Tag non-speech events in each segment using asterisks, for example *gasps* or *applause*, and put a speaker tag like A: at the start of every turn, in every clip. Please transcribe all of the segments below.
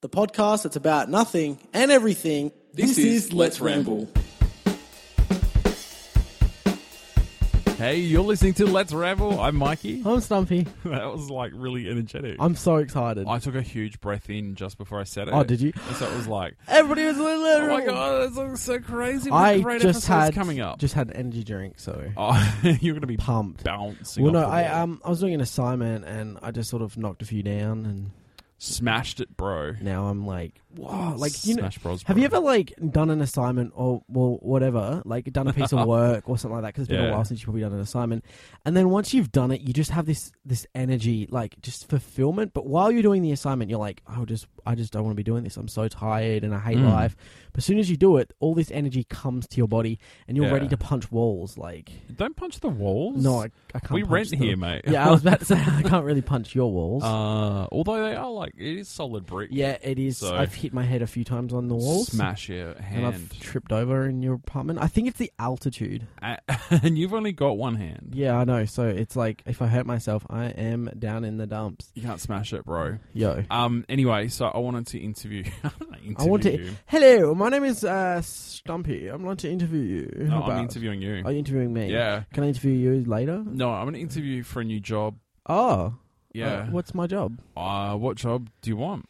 A: the podcast that's about nothing and everything.
B: This is Let's Ramble.
C: Hey, you're listening to Let's Ramble. I'm Mikey. *laughs*
D: I'm Stumpy.
C: That was like really energetic.
D: I'm so excited.
C: I took a huge breath in just before I said it.
D: Oh, did you?
C: And so it was like,
D: Everybody was
C: oh my
D: literally.
C: god, this looks so crazy. What a
D: I
C: great
D: just
C: episode's
D: had
C: coming up.
D: Just had an energy drink, so
C: *laughs* oh, you're going to be
D: pumped.
C: bouncing.
D: Well, no,
C: off the
D: I
C: wall.
D: um I was doing an assignment and I just sort of knocked a few down, and
C: smashed it, bro.
D: now I'm like, wow, like you know.
C: Smash Bros.
D: Have
C: bro.
D: you ever like done an assignment or well whatever, like done a piece
C: *laughs*
D: of work or something like that? Because it's been
C: Yeah.
D: a while since you've probably done an assignment, and then once you've done it, you just have this this energy, like just fulfillment. But while you're doing the assignment, you're like, oh, just I just don't want to be doing this. I'm so tired and I hate
C: Mm.
D: life. But as soon as you do it, all this energy comes to your body, and you're
C: Yeah.
D: ready to punch walls. Like,
C: Don't punch the walls.
D: no, I, I can't.
C: we
D: punch
C: rent
D: them.
C: here, mate.
D: Yeah, I was about to say I can't really punch your walls.
C: *laughs* uh, although they are like it is solid brick.
D: yeah, it is.
C: so-
D: I've hit my head a few times on the walls.
C: Smash *laughs* your
D: And
C: hand,
D: I've tripped over in your apartment. I think it's the altitude.
C: A- *laughs* and you've only got one hand.
D: Yeah, I know. So it's like if I hurt myself, I am down in the dumps.
C: You can't smash it, bro.
D: Yo.
C: Um. Anyway, so I wanted to interview. *laughs* I don't interview
D: I want to.
C: you.
D: Hello, my name is uh, Stumpy. I'm going to interview you.
C: No,
D: How
C: I'm
D: about-
C: interviewing you.
D: Are you interviewing me?
C: Yeah.
D: Can I interview you later?
C: No, I'm going to interview you for a new job.
D: Oh.
C: Yeah.
D: Uh, what's my job?
C: Uh, what job do you want?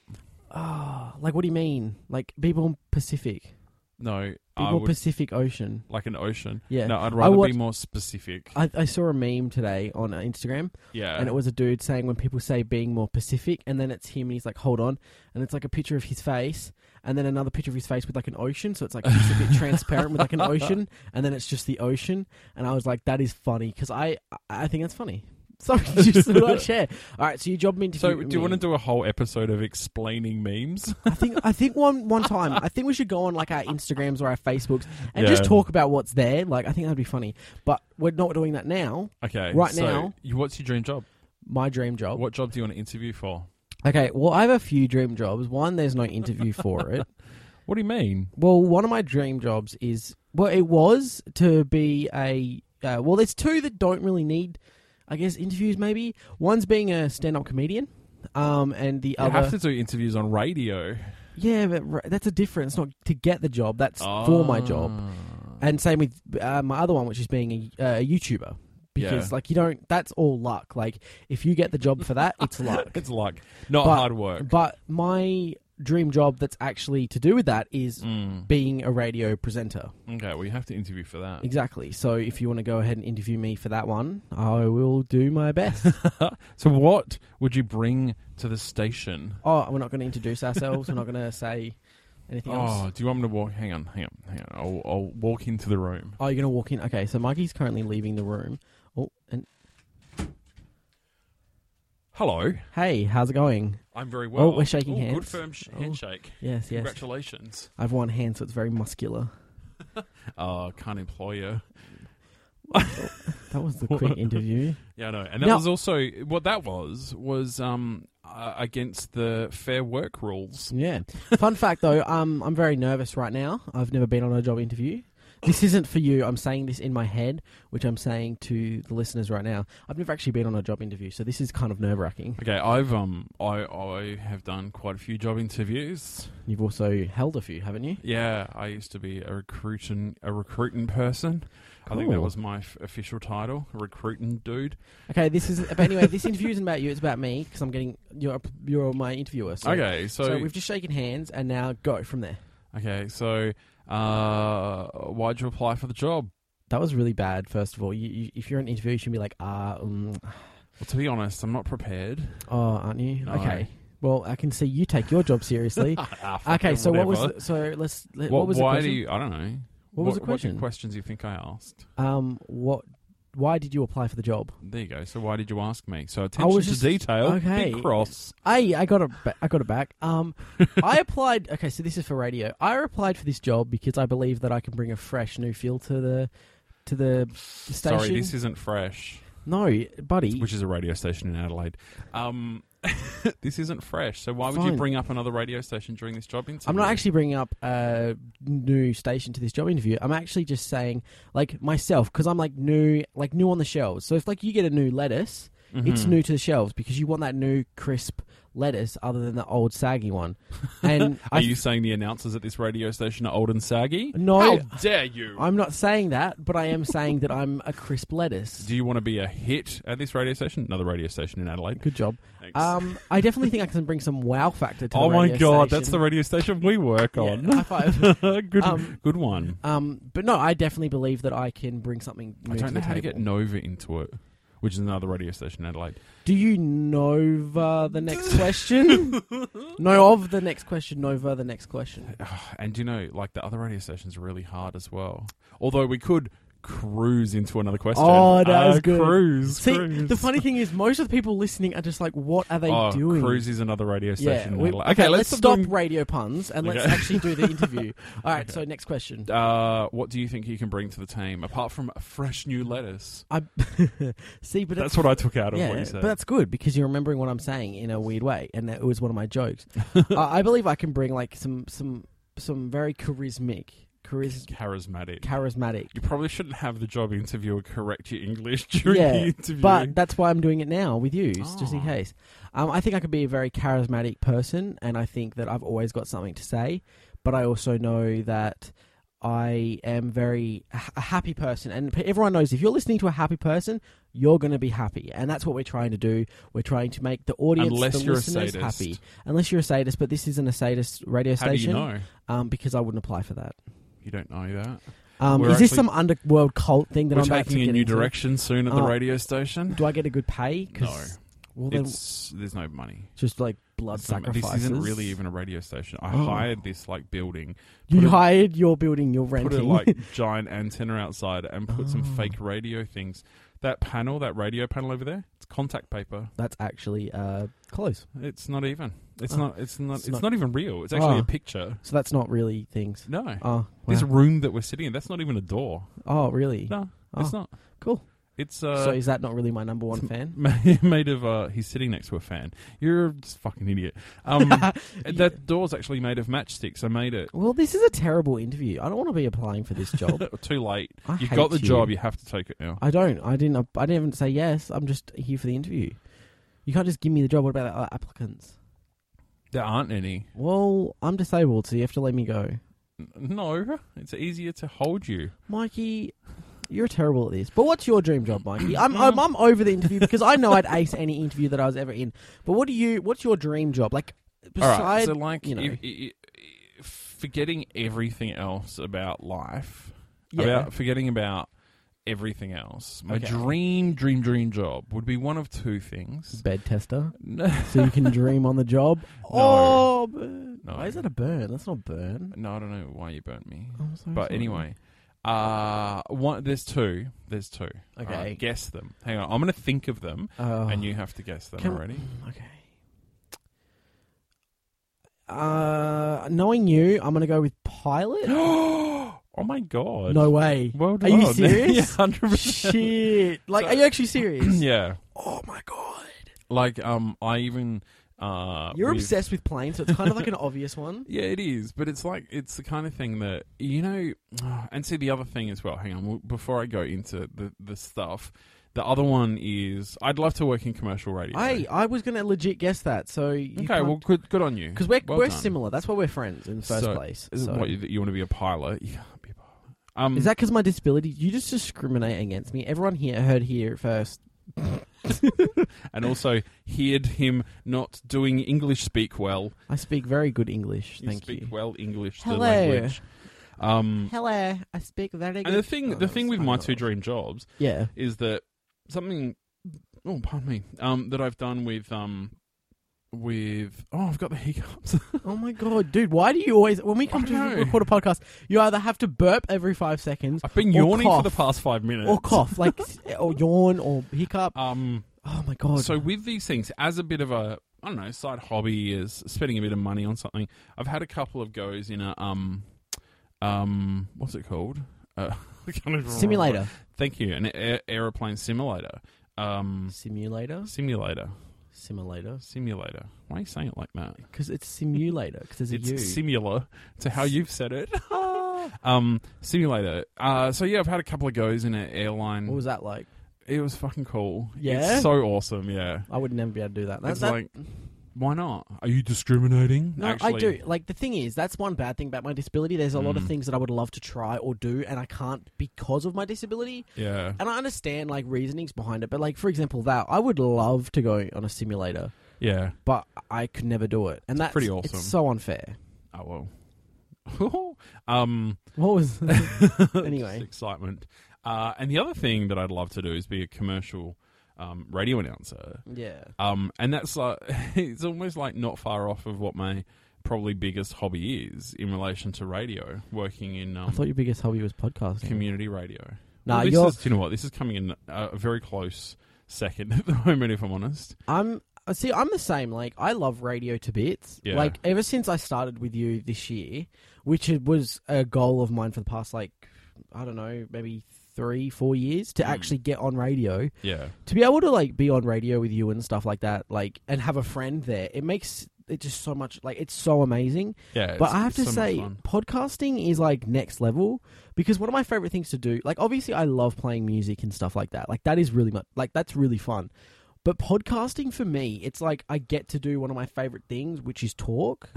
D: Oh, like what do you mean? Like people in Pacific,
C: No, I
D: people
C: would
D: Pacific Ocean.
C: like an ocean.
D: Yeah.
C: No, I'd rather
D: watch-
C: be more specific.
D: I, I saw a meme today on uh, Instagram.
C: yeah.
D: and it was a dude saying when people say being more Pacific, and then it's him, and he's like, hold on, and it's like a picture of his face, and then another picture of his face with like an ocean, so it's like it's a bit transparent with like
C: *laughs*
D: an ocean, and then it's just the ocean, and I was like, that is funny because I I think that's funny. *laughs*
C: *laughs*
D: Sorry, just thought I'd share. All right, so you job me into
C: so, do you want to do a whole episode of explaining memes?
D: *laughs* I think I think one one time I think we should go on like our Instagrams or our Facebooks and
C: Yeah.
D: just talk about what's there. Like I think that'd be funny, but we're not doing that now.
C: Okay.
D: Right
C: so
D: now-
C: you, what's your dream job?
D: My dream job.
C: What job do you want to interview for?
D: Okay, well I have a few dream jobs. One, there's no interview
C: *laughs*
D: for it.
C: What do you mean?
D: Well, one of my dream jobs is well, it was to be a uh, well. There's two that don't really need, I guess, interviews. Maybe one's being a stand-up comedian, um, and the
C: You
D: other
C: have to do interviews on radio.
D: yeah, but r- that's a difference. Not to get the job. That's for my job.
C: Ah.
D: And same with uh, my other one, which is being a, uh, a YouTuber. Because
C: Yeah.
D: like you don't, that's all luck. Like if you get the job for that, it's
C: *laughs*
D: luck.
C: *laughs* It's like not
D: But-
C: hard work.
D: But my dream job that's actually to do with that is
C: Mm.
D: being a radio presenter.
C: Okay, well, you have to interview for that.
D: Exactly. So if you want to go ahead and interview me for that one, I will do my *laughs* best.
C: So, what would you bring to the station?
D: oh, we're not going to introduce ourselves. We're not going to say anything else.
C: Oh, do you want me to walk? Hang on, hang on, hang on. I'll, I'll walk into the room.
D: Oh, you're going to walk in. Okay, so Mikey's currently leaving the room. Oh, and
C: Hello.
D: hey, how's it going?
C: I'm very well.
D: Oh, we're shaking
C: Oh, Good
D: hands.
C: firm sh-
D: Oh,
C: handshake.
D: Yes, yes.
C: Congratulations.
D: I've one hand, so it's very muscular. Oh,
C: Uh, can't employ you.
D: That was *laughs* the quick interview.
C: Yeah, I know. And that
D: Now-
C: was also what that was was um uh, against the fair work rules.
D: Yeah. Fun fact, though, um, I'm very nervous right now. I've never been on a job interview. This isn't for you. I'm saying this in my head, which I'm saying to the listeners right now. I've never actually been on a job interview, so this is kind of nerve wracking.
C: Okay, I've um I I have done quite a few job interviews.
D: You've also held a few, haven't you?
C: Yeah, I used to be a recruiting a recruiting person. I think that
D: Cool.
C: was my f- official title, recruiting dude.
D: Okay, this is. But anyway, this interview isn't about you. It's about me because I'm getting you're you're my interviewer. So,
C: okay,
D: So, we've just shaken hands and now go from there.
C: Okay, so uh, why'd you apply for the job?
D: That was really bad. First of all, you, you, if you're an interviewer, you should be like, ah, um,
C: Well, to be honest, I'm not prepared.
D: *laughs* oh, aren't you?
C: No.
D: Okay. Well, I can see you take your job seriously.
C: Ah,
D: okay, so what was the, so let's let, what, was the
C: why
D: question?
C: do you? I don't know.
D: What was the
C: What
D: question?
C: questions you think I asked?
D: um what why did you apply for the job?
C: There you go. So why did you ask me? So attention
D: just-
C: to detail.
D: okay.
C: Big cross.
D: I I got it ba- I got it back. *laughs* Um, I applied. Okay, so this is for radio. I applied for this job because I believe that I can bring a fresh new feel to the to the station.
C: Sorry, this isn't fresh,
D: no, buddy.
C: which is a radio station in Adelaide. Um, *laughs* this isn't fresh. So why would you
D: Fine.
C: bring up another radio station during this job interview?
D: I'm not actually bringing up a new station to this job interview. I'm actually just saying, like myself, because I'm like new, like new on the shelves. So if like you get a new lettuce, it's
C: Mhm.
D: new to the shelves because you want that new crisp lettuce other than the old saggy one. And
C: *laughs* Are
D: I
C: you saying the announcers at this radio station are old and saggy?
D: No.
C: How dare you?
D: I'm not saying that, but I am saying that I'm a crisp lettuce.
C: Do you want to be a hit at this radio station? Another radio station in Adelaide.
D: Good job.
C: Thanks.
D: Um, I definitely think I can bring some wow factor to.
C: oh
D: the
C: my
D: radio
C: god, that's
D: station.
C: the radio station we work
D: Yeah,
C: on.
D: high five. *laughs*
C: *laughs* good,
D: Um,
C: good one.
D: um, but no, I definitely believe that I can bring something. New
C: I don't
D: to
C: know
D: the
C: how to
D: table.
C: get Nova into it, which is another radio station in Adelaide.
D: Do you Nova the
C: *laughs*
D: next question? no, of the next question, Nova the next question.
C: And you know, like the other radio station's really hard as well. Although we could cruise into another question.
D: Oh, that
C: Uh,
D: was good.
C: Cruise,
D: See,
C: cruise.
D: the funny thing is, most of the people listening are just like, "What are they
C: oh,
D: doing?"
C: Cruise is another radio
D: yeah.
C: station. in
D: we-
C: Adelaide. okay, let's,
D: stop
C: bring-
D: radio puns and let's
C: Okay.
D: actually do the
C: *laughs*
D: interview. All right, so next question.
C: uh, what do you think you can bring to the team apart from fresh new lettuce?
D: I see, but
C: That's
D: it's
C: what I took out of what
D: yeah,
C: you said.
D: but that's good because you're remembering what I'm saying in a weird way, and that was one of my
C: *laughs*
D: jokes. uh, I believe I can bring like some some some very charismatic,
C: *laughs*
D: charis-
C: charismatic.
D: charismatic.
C: you probably shouldn't have the job interviewer correct your English *laughs* during
D: yeah,
C: the interview.
D: but that's why I'm doing it now with you, s- just in
C: Mm-hmm. Ah.
D: case. Um, I think I could be a very charismatic person, and I think that I've always got something to say. But I also know that I am very a a happy person, and p- everyone knows if you're listening to a happy person, you're going to be happy, and that's what we're trying to do. We're trying to make the audience,
C: Unless
D: the
C: you're a
D: listeners,
C: sadist.
D: happy. Unless you're a sadist, but this isn't a sadist radio
C: how do you
D: station,
C: know?
D: um, because I wouldn't apply for that.
C: You don't know that.
D: Um,
C: We're
D: is this
C: actually-
D: some underworld cult thing that
C: We're
D: I'm about to
C: taking a
D: get
C: new
D: into?
C: direction soon at the
D: Oh.
C: radio station.
D: Do I get a good pay? 'Cause- well, then
C: It's there's no money.
D: just like blood
C: It's not-
D: sacrifices.
C: This isn't really even a radio station. I
D: Oh.
C: hired this like building. put
D: You
C: a-
D: hired your building, you're renting. Oh.
C: Put a like giant antenna outside and put some fake radio things. That panel, that radio panel over there, it's contact paper.
D: *laughs* That's actually uh, close.
C: It's not even. It's
D: Oh.
C: not. It's not. It's,
D: It's
C: not,
D: not-
C: even real. It's actually
D: Oh.
C: a picture.
D: So that's not really things.
C: No.
D: Oh,
C: This
D: wow.
C: room that we're sitting in, that's not even a door.
D: oh, really?
C: No, it's
D: Oh.
C: not.
D: Cool.
C: It's uh,
D: so is that not really my number one
C: *laughs*
D: fan?
C: Ma- *laughs* made of uh he's sitting next to a fan you're a fucking idiot
D: *laughs*
C: um that door's actually made of matchsticks i made it
D: Well, this is a terrible interview. I don't want to be applying for this
C: *laughs*
D: job.
C: too late
D: I
C: you've got the
D: hate you.
C: job you have to take it now
D: I don't. I didn't. I didn't even say yes. I'm just here for the interview. You can't just give me the job. What about the other applicants?
C: there aren't any
D: Well, I'm disabled, so you have to let me go.
C: N- no it's easier to hold you
D: Mikey, you're terrible at this. But what's your dream job, Mikey?
C: *clears throat*
D: I'm I'm, I'm over the interview because I know I'd ace any interview that I was ever in. But what do you? What's your dream job? Like beside
C: all right so like
D: you know.
C: if- i- i- forgetting everything else about life
D: Yeah.
C: about forgetting about everything else my
D: Okay.
C: dream dream dream job would be one of two things
D: bed tester,
C: no
D: so you can dream on the
C: *laughs*
D: job. Oh, burn.
C: No.
D: why is that a burn? That's not burn.
C: no i don't know why you burnt me
D: I'm so
C: But
D: sorry.
C: anyway, uh, one there's two. There's two.
D: Okay.
C: Alright, guess them. Hang on, I'm gonna think of them,
D: Oh,
C: and you have to guess them
D: Can- *gasps*
C: already. *gasps*
D: okay. Uh, knowing you, I'm gonna go with
C: *gasps*
D: pilot.
C: oh my god!
D: No
C: *laughs*
D: way.
C: Well
D: Are you
C: done.
D: serious?
C: *laughs* yeah, hundred percent.
D: Shit! Like,
C: So-
D: are you actually serious?
C: *clears throat* Yeah.
D: Oh my god.
C: Like um, I even uh,
D: You're
C: with-
D: obsessed with planes, so it's kind of
C: *laughs*
D: like an obvious one.
C: Yeah, it is, but it's like it's the kind of thing that you know. *sighs* And see, the other thing as well. Hang on, w- before I go into the the stuff, the other one is I'd love to work in commercial radio.
D: I I was gonna legit guess that. So you
C: okay, well, good good on you.
D: because we're
C: Well
D: we're
C: done.
D: similar. That's why we're friends in the first
C: So,
D: place.
C: Is it
D: So.
C: what you, that you want to be a pilot? You can't be a pilot. Um,
D: Is that because my disability? You just discriminate against me. Everyone here heard here first.
C: and also heard him not doing English speak well.
D: I speak very good English.
C: You
D: Thank
C: speak
D: you.
C: well English. The
D: Hello.
C: language. Um,
D: Hello, I speak very good.
C: and the thing,
D: Oh,
C: the thing with
D: that's
C: my
D: not
C: two
D: right.
C: dream jobs
D: *laughs* Yeah.
C: is that something. Oh, pardon me. Um, that I've done with um, with oh, I've got
D: *laughs*
C: the hiccups.
D: Oh my god, dude! Why do you always when we come
C: I
D: to
C: know.
D: record a podcast, you either have to burp every five seconds
C: I've been
D: Or
C: yawning for
D: cough.
C: the past five minutes.
D: or cough, like s-
C: *laughs*
D: or yawn or hiccup.
C: Um,
D: Oh my god!
C: So with these things, as a bit of a I don't know side hobby, is spending a bit of money on something. I've had a couple of goes in a um um what's it called? Uh, *laughs* I can't even remember.
D: simulator,
C: Thank you, an aer- aeroplane simulator. Um,
D: simulator,
C: simulator,
D: simulator.
C: simulator. Why are you saying it like that?
D: Because it's simulator. Because there's a
C: It's
D: U.
C: similar to how you've
D: *laughs*
C: said it. *laughs* um, simulator. Uh, so yeah, I've had a couple of goes in an airline.
D: what was that like?
C: it was fucking cool.
D: Yeah?
C: it's so awesome. Yeah,
D: I would never be able to do that. That-
C: it's
D: that-
C: like Why not? Are you discriminating?
D: No,
C: Actually,
D: I do. Like the thing is, that's one bad thing about my disability. There's a lot of
C: Mm.
D: things that I would love to try or do, and I can't because of my disability.
C: Yeah.
D: And I understand like reasonings behind it, but like for example, that I would love to go on a simulator,
C: Yeah.
D: but I could never do it, and that's
C: pretty
D: it's
C: awesome.
D: so unfair.
C: Oh well. *laughs* um
D: What
C: *laughs*
D: was Anyway.
C: just excitement. Uh, and the other thing that I'd love to do is be a commercial um, radio announcer.
D: yeah?
C: Um, and that's like *laughs* it's almost like not far off of what my probably biggest hobby is in relation to radio, working in
D: I
C: um,
D: thought your biggest hobby was podcasting.
C: community radio.
D: Nah,
C: well, this
D: you're-
C: is, you know what? This is coming in uh, a very close second *laughs* at the moment, if I'm honest.
D: I'm uh, see, I'm the same. Like I love radio to bits.
C: Yeah.
D: Like ever since I started with you this year, which it was a goal of mine for the past like I don't know, maybe three, four years to actually get on radio.
C: Yeah,
D: To be able to like be on radio with you and stuff like that, like and have a friend there, it makes it just so much like it's so amazing.
C: yeah.
D: But
C: it's-
D: I have
C: it's
D: to
C: so much
D: say,
C: fun.
D: podcasting is like next level because one of my favorite things to do, like obviously I love playing music and stuff like that. Like that is really much, like that's really fun. But podcasting for me, it's like I get to do one of my favorite things, which is
C: *laughs*
D: talk.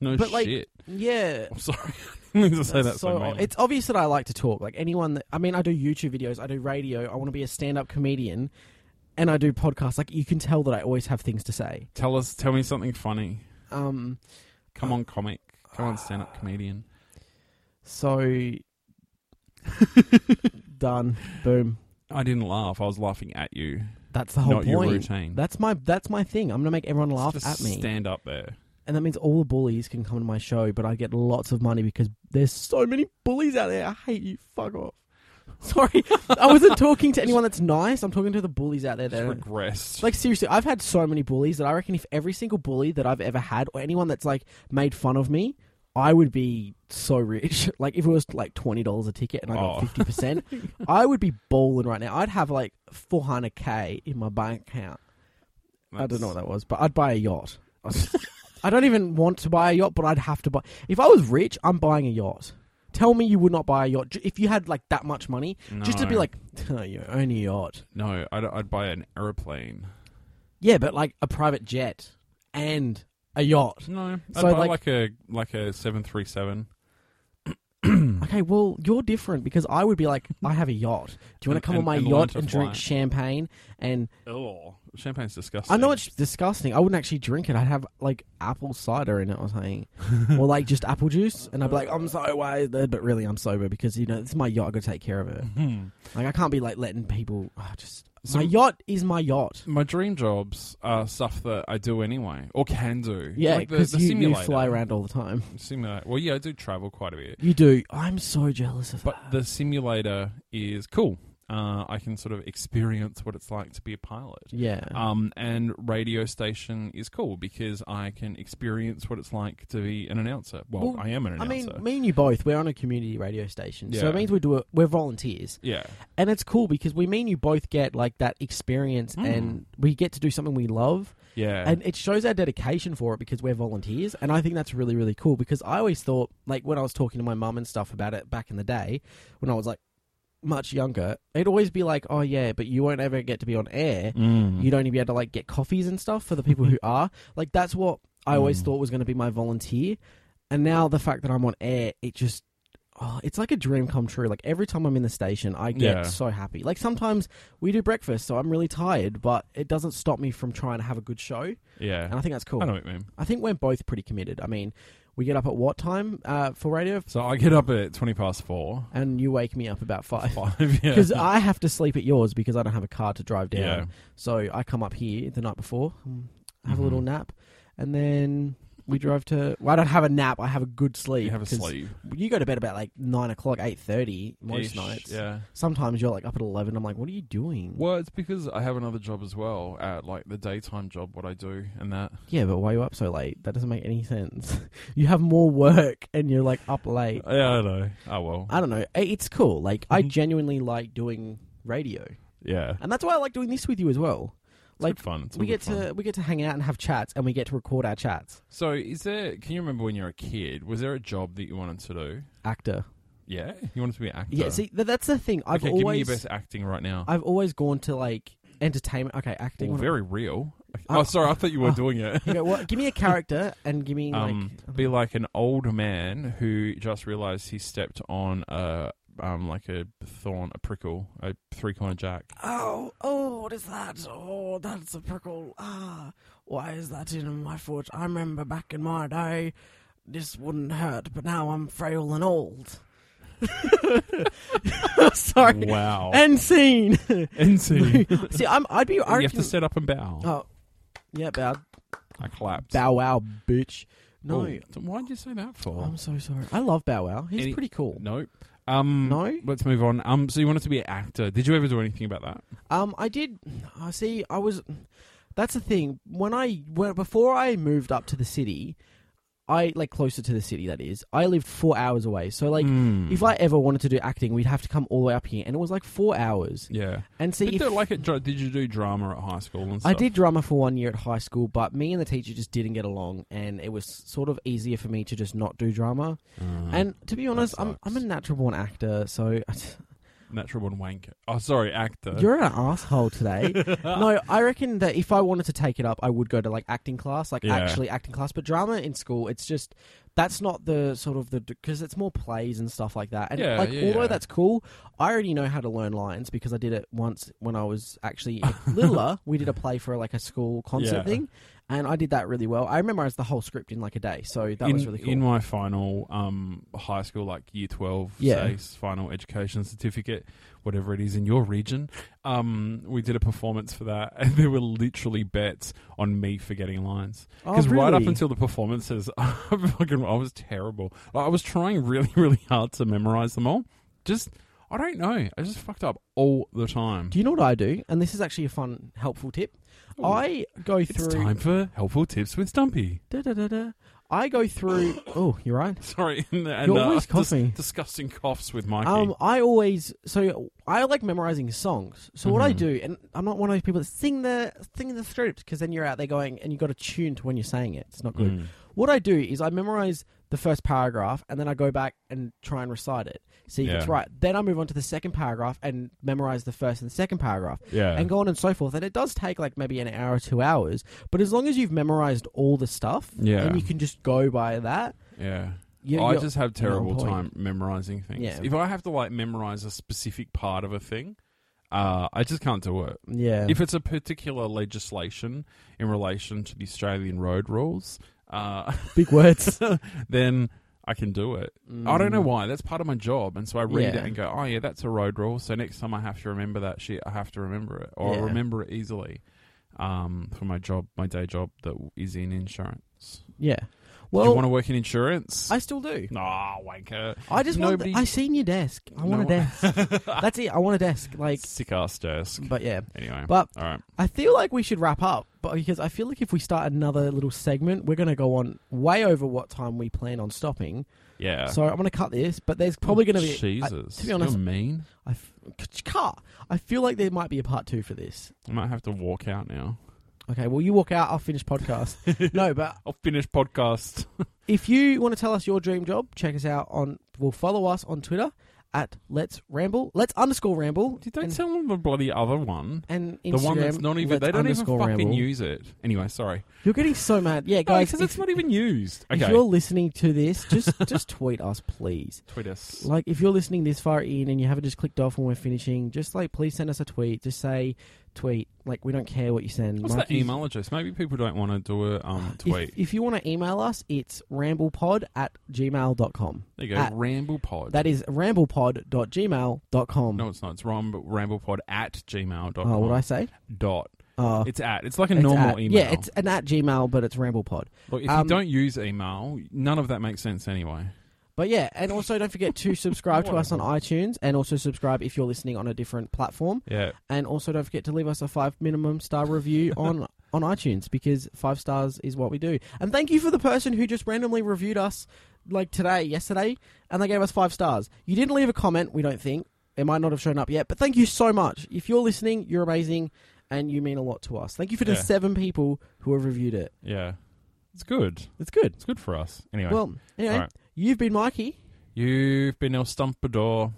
C: no
D: but, like,
C: shit. *laughs*
D: Yeah.
C: I'm sorry. *laughs* I mean to say that
D: That's
C: so,
D: so,
C: meanly.
D: it's obvious that I like to talk. Like anyone that I mean, I do YouTube videos, I do radio, I want to be a stand-up comedian, and I do podcasts. Like you can tell that I always have things to say.
C: Tell us, tell me something funny.
D: Um,
C: Come on, comic. Come on, stand up comedian. *laughs*
D: so done. Boom.
C: I didn't laugh. I was laughing at you.
D: That's the whole
C: not
D: point.
C: your routine.
D: That's my that's my thing. I'm gonna make everyone laugh
C: Just
D: at me,
C: Stand up there.
D: and that means all the bullies can come to my show. But I get lots of money because there's so many bullies out there. I hate you. Fuck off. *laughs* Sorry, I wasn't talking to anyone that's nice. I'm talking to the bullies out there.
C: Just
D: That are-
C: regressed.
D: like seriously, I've had so many bullies that I reckon if every single bully that I've ever had or anyone that's like made fun of me, I would be so rich. *laughs* Like if it was like twenty dollars a ticket and I
C: Oh.
D: got fifty
C: *laughs*
D: percent, I would be balling right now. I'd have like four hundred k in my bank account. I don't know what that was, but I'd buy a yacht.
C: *laughs*
D: I don't even want to buy a yacht, but I'd have to buy. If I was rich, I'm buying a yacht. Tell me you would not buy a yacht J- if you had like that much money, just to be
C: No.
D: like, oh, you own a yacht.
C: No, I'd, I'd buy an aeroplane.
D: Yeah, but like a private jet and a yacht.
C: No, I'd
D: So,
C: buy like,
D: like-
C: a like a seven three seven. Hmm.
D: Okay, well you're different because I would be like, I have a yacht. Do you want
C: And-
D: to come
C: and-
D: on my
C: and learn
D: yacht
C: to
D: and
C: fly.
D: drink champagne? And
C: Oh, champagne's disgusting.
D: I know it's disgusting. I wouldn't actually drink it. I'd have like apple cider in it or
C: *laughs*
D: something, or like just apple juice. And I'd be like, I'm so wasted, but really I'm sober because you know this is my yacht. I got to take care of it. Like I can't be like letting people ah, just.
C: So-
D: my yacht is my yacht.
C: *laughs* My dream jobs are stuff that I do anyway, or can do.
D: Yeah,
C: Like the-
D: because
C: the
D: you, you
C: simulator.
D: fly around all the time.
C: Simulator. Well, yeah, I do travel quite a bit,
D: You do. I'm so jealous of
C: but
D: that.
C: the simulator is cool. Uh, I can sort of experience what it's like to be a pilot.
D: Yeah.
C: Um, and radio station is cool because I can experience what it's like to be an announcer. Well,
D: Well,
C: I am an
D: I
C: announcer.
D: mean, me and you both, we're on a community radio station. So
C: Yeah.
D: it means we do it, we're volunteers.
C: yeah,
D: And it's cool because we, me and you both get like that experience
C: Mm.
D: and we get to do something we love.
C: yeah.
D: And it shows our dedication for it because we're volunteers. And I think that's really, really cool because I always thought, like, when I was talking to my mum and stuff about it back in the day, when I was like much younger, it'd always be like, oh, yeah, but you won't ever get to be on air.
C: Mm.
D: You'd only be able to, like, get coffees and stuff for the people
C: *laughs*
D: who are. Like, that's what I always
C: Mm.
D: thought was going to be my volunteer. And now the fact that I'm on air, it just. Oh, it's like a dream come true. Like every time I'm in the station, I get
C: Yeah.
D: so happy. Like sometimes we do breakfast, so I'm really tired, but it doesn't stop me from trying to have a good show.
C: yeah.
D: And I think that's cool.
C: I
D: I,
C: know what you mean.
D: think we're both pretty committed. I mean, we get up at what time uh, for radio?
C: So I get up at twenty past four.
D: And you wake me up about five.
C: *laughs* Five, yeah.
D: Because I have to sleep at yours because I don't have a car to drive down.
C: Yeah.
D: So I come up here the night before, mm, have
C: Mhm.
D: a little nap, and then we drive to. Well, I don't have a nap. I have a good sleep.
C: you have a
D: 'cause
C: sleep.
D: You go to bed about like nine o'clock, eight thirty most
C: Ish,
D: nights.
C: Yeah.
D: Sometimes you're like up at eleven. I'm like, what are you doing?
C: Well, it's because I have another job as well at like the daytime job, what I do and that.
D: Yeah, but why are you up so late? That doesn't make any sense. *laughs* you have more work, and you're like up late.
C: Yeah, I know. Oh well.
D: I don't know. I- It's cool. Like I
C: Mhm.
D: genuinely like doing radio,
C: yeah.
D: and that's why I like doing this with you as well.
C: It's
D: like,
C: good fun. It's all
D: we
C: good
D: get
C: fun.
D: to we get to hang out and have chats, and we get to record our chats.
C: So is there can you remember when you were a kid, was there a job that you wanted to do?
D: Actor.
C: Yeah? You wanted to be an actor?
D: Yeah. See, th- that's the thing. I've
C: okay, give me
D: always
C: your best acting right now.
D: I've always gone to like entertainment. Okay, acting.
C: Well, Oh, very real. Oh, sorry, I thought you were doing it.
D: You go, what? Give me a character and give me
C: *laughs* Um,
D: like.
C: be like an old man who just realized he stepped on a um like a thorn, a prickle, a three corner jack.
D: oh, oh, what is that? Oh, that's a prickle. Ah, why is that in my foot? I remember back in my day, this wouldn't hurt, but now I'm frail and old. *laughs* *laughs* Sorry.
C: Wow,
D: *laughs*
C: *laughs*
D: End scene.
C: insane.
D: See, I'm. I'd be. I
C: you have
D: reckon,
C: to set up and bow.
D: oh, yeah, bow,
C: I clapped.
D: bow wow, bitch. No,
C: Oh, so why'd you say that for?
D: I'm so sorry. I love Bow Wow. He's
C: Any-
D: pretty cool.
C: Nope. Um,
D: No?
C: Let's move on. Um, so you wanted to be an actor. Did you ever do anything about that?
D: Um, I did. I see. I was. That's the thing. When I when before I moved up to the city, I like closer to the city. That is, I lived four hours away. So like,
C: Mm.
D: if I ever wanted to do acting, we'd have to come all the way up here, and it was like four hours.
C: yeah,
D: And see,
C: did,
D: if,
C: you, like it, did you do drama at high school and stuff?
D: I did drama for one year at high school, but me and the teacher just didn't get along, and it was sort of easier for me to just not do drama.
C: Uh,
D: and to be honest, I'm
C: sucks.
D: I'm a natural born actor, so *laughs*
C: natural born wanker. Oh, sorry, actor. *laughs*
D: You're an asshole today.
C: Uh.
D: no, I reckon that if I wanted to take it up, I would go to like acting class, like
C: Yeah.
D: actually acting class. But drama in school, it's just that's not the sort of the because it's more plays and stuff like that. And
C: Yeah,
D: like
C: yeah,
D: although
C: yeah.
D: that's cool, I already know how to learn lines because I did it once when I was actually
C: *laughs*
D: littler. we did a play for like a school concert
C: Yeah.
D: thing, and I did that really well. I memorized the whole script in like a day, so that
C: in,
D: was really cool.
C: in my final um, high school, like year 12,
D: Yeah.
C: say, final education certificate, whatever it is in your region, um, we did a performance for that, and there were literally bets on me forgetting lines.
D: Oh,
C: Because right up
D: really?
C: until the performances, *laughs* I, fucking, I was terrible. Like, I was trying really, really hard to memorize them all. Just, I don't know. I just fucked up all the time.
D: do you know what I do? And this is actually a fun, helpful tip. I go
C: it's
D: through.
C: time for helpful tips with Stumpy. *laughs*
D: Da, da, da, da. I go through.
C: *coughs*
D: oh, you're right.
C: Sorry, and, and
D: You're
C: uh,
D: always
C: *laughs* dis-
D: coughing.
C: disgusting coughs with Mikey.
D: Um, I always so I like memorizing songs. So what I
C: Mhm.
D: do, and I'm not one of those people that sing the sing the script because then you're out there going and you got to tune to when you're saying it. It's not good.
C: Mm.
D: What I do is I memorize the first paragraph and then I go back and try and recite it. See if it's
C: Yeah.
D: right. Then I move on to the second paragraph and memorize the first and second paragraph
C: yeah,
D: and go on and so forth. And it does take like maybe an hour or two hours. But as long as you've memorized all the stuff,
C: Yeah.
D: and you can just go by that.
C: yeah.
D: You,
C: I
D: you're-
C: just have terrible
D: point.
C: time memorizing things.
D: Yeah.
C: If I have to like memorize a specific part of a thing, uh, I just can't do it.
D: yeah.
C: If it's a particular legislation in relation to the Australian road rules, uh, *laughs*
D: Big words.
C: then I can do it. I don't know
D: Mm.
C: why. That's part of my job, and so I read
D: Yeah.
C: it and go, "Oh yeah, that's a road rule." So next time I have to remember that shit. I have to remember it, or
D: Yeah.
C: I'll remember it easily um, for my job, my day job that is in insurance.
D: Yeah.
C: Do you
D: Well,
C: want to work in insurance?
D: I still do.
C: Nah, wanker.
D: I just want.
C: Nobody-
D: I seen your desk. I want a
C: No-
D: desk. That's it. I want a desk. Like,
C: *laughs* Sick ass desk.
D: but yeah,
C: Anyway,
D: but
C: all right.
D: I feel like we should wrap up, but because I feel like if we start another little segment, we're gonna go on way over what time we plan on stopping.
C: Yeah.
D: So I'm gonna cut this, but there's probably gonna be. I,
C: Jesus.
D: to be honest-
C: you're mean.
D: I f- cut. I feel like there might be a part two for this.
C: I might have to walk out now.
D: Okay, well you walk out, I'll finish podcast.
C: *laughs*
D: no, but
C: I'll finish *laughs* podcast.
D: If you want to tell us your dream job, check us out on. Well, follow us on Twitter at Let's Ramble. Let's underscore Ramble.
C: You Don't
D: and,
C: tell them the bloody other one.
D: and
C: The one that's
D: Instagram,
C: not even.
D: Let's
C: They don't even
D: underscore
C: fucking
D: Ramble.
C: use it. Anyway, sorry.
D: You're getting so mad, yeah,
C: No,
D: guys.
C: because
D: if,
C: it's not even used.
D: if
C: Okay.
D: you're listening to this,
C: *laughs*
D: just just tweet us, please.
C: Tweet us.
D: Like, if you're listening this far in and you haven't just clicked off when we're finishing, just like, please send us a tweet. Just say tweet. Like, we don't care what you send.
C: What's that
D: Mikey's-
C: email address? Maybe people don't want to do a um,
D: If,
C: tweet.
D: if you want to email us, it's ramblepod at gmail.com.
C: there you go.
D: at-
C: RamblePod.
D: That is ramblepod.gmail.com.
C: no, it's not. It's ram, ramblepod at gmail.com.
D: Oh, what I say?
C: Dot.
D: Uh,
C: It's at. It's like a
D: it's
C: normal
D: at-
C: email.
D: Yeah, it's an at Gmail, but it's RamblePod.
C: Look, if
D: um,
C: you don't use email, none of that makes sense anyway.
D: But yeah, and also don't forget
C: *laughs*
D: to subscribe to us on iTunes, and also subscribe if you're listening on a different platform,
C: Yeah.
D: and also don't forget to leave us a five minimum star
C: *laughs*
D: review on on iTunes because five stars is what we do. And thank you for the person who just randomly reviewed us like today, yesterday, and they gave us five stars. You didn't leave a comment, we don't think. It might not have shown up yet, but thank you so much. If you're listening, you're amazing, and you mean a lot to us. Thank you for the
C: Yeah.
D: seven people who have reviewed it.
C: Yeah. It's good.
D: It's good.
C: It's good for us. Anyway.
D: Well, anyway,
C: All right.
D: you've been Mikey.
C: You've been El Stumpador.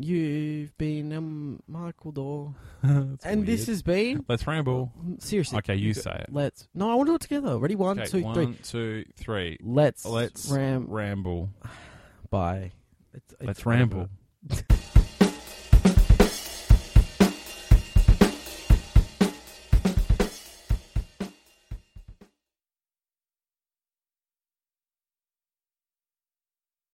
D: You've been um, Michael Dore.
C: *laughs* That's
D: And this
C: weird.
D: has been.
C: Let's ramble.
D: Seriously.
C: Okay, you say it.
D: Let's. No, I want to do it together. Ready? One,
C: Okay,
D: two,
C: one,
D: three.
C: two, three.
D: Let's,
C: Let's
D: ram
C: ramble.
D: by. It's, it's
C: Let's
D: whatever.
C: ramble.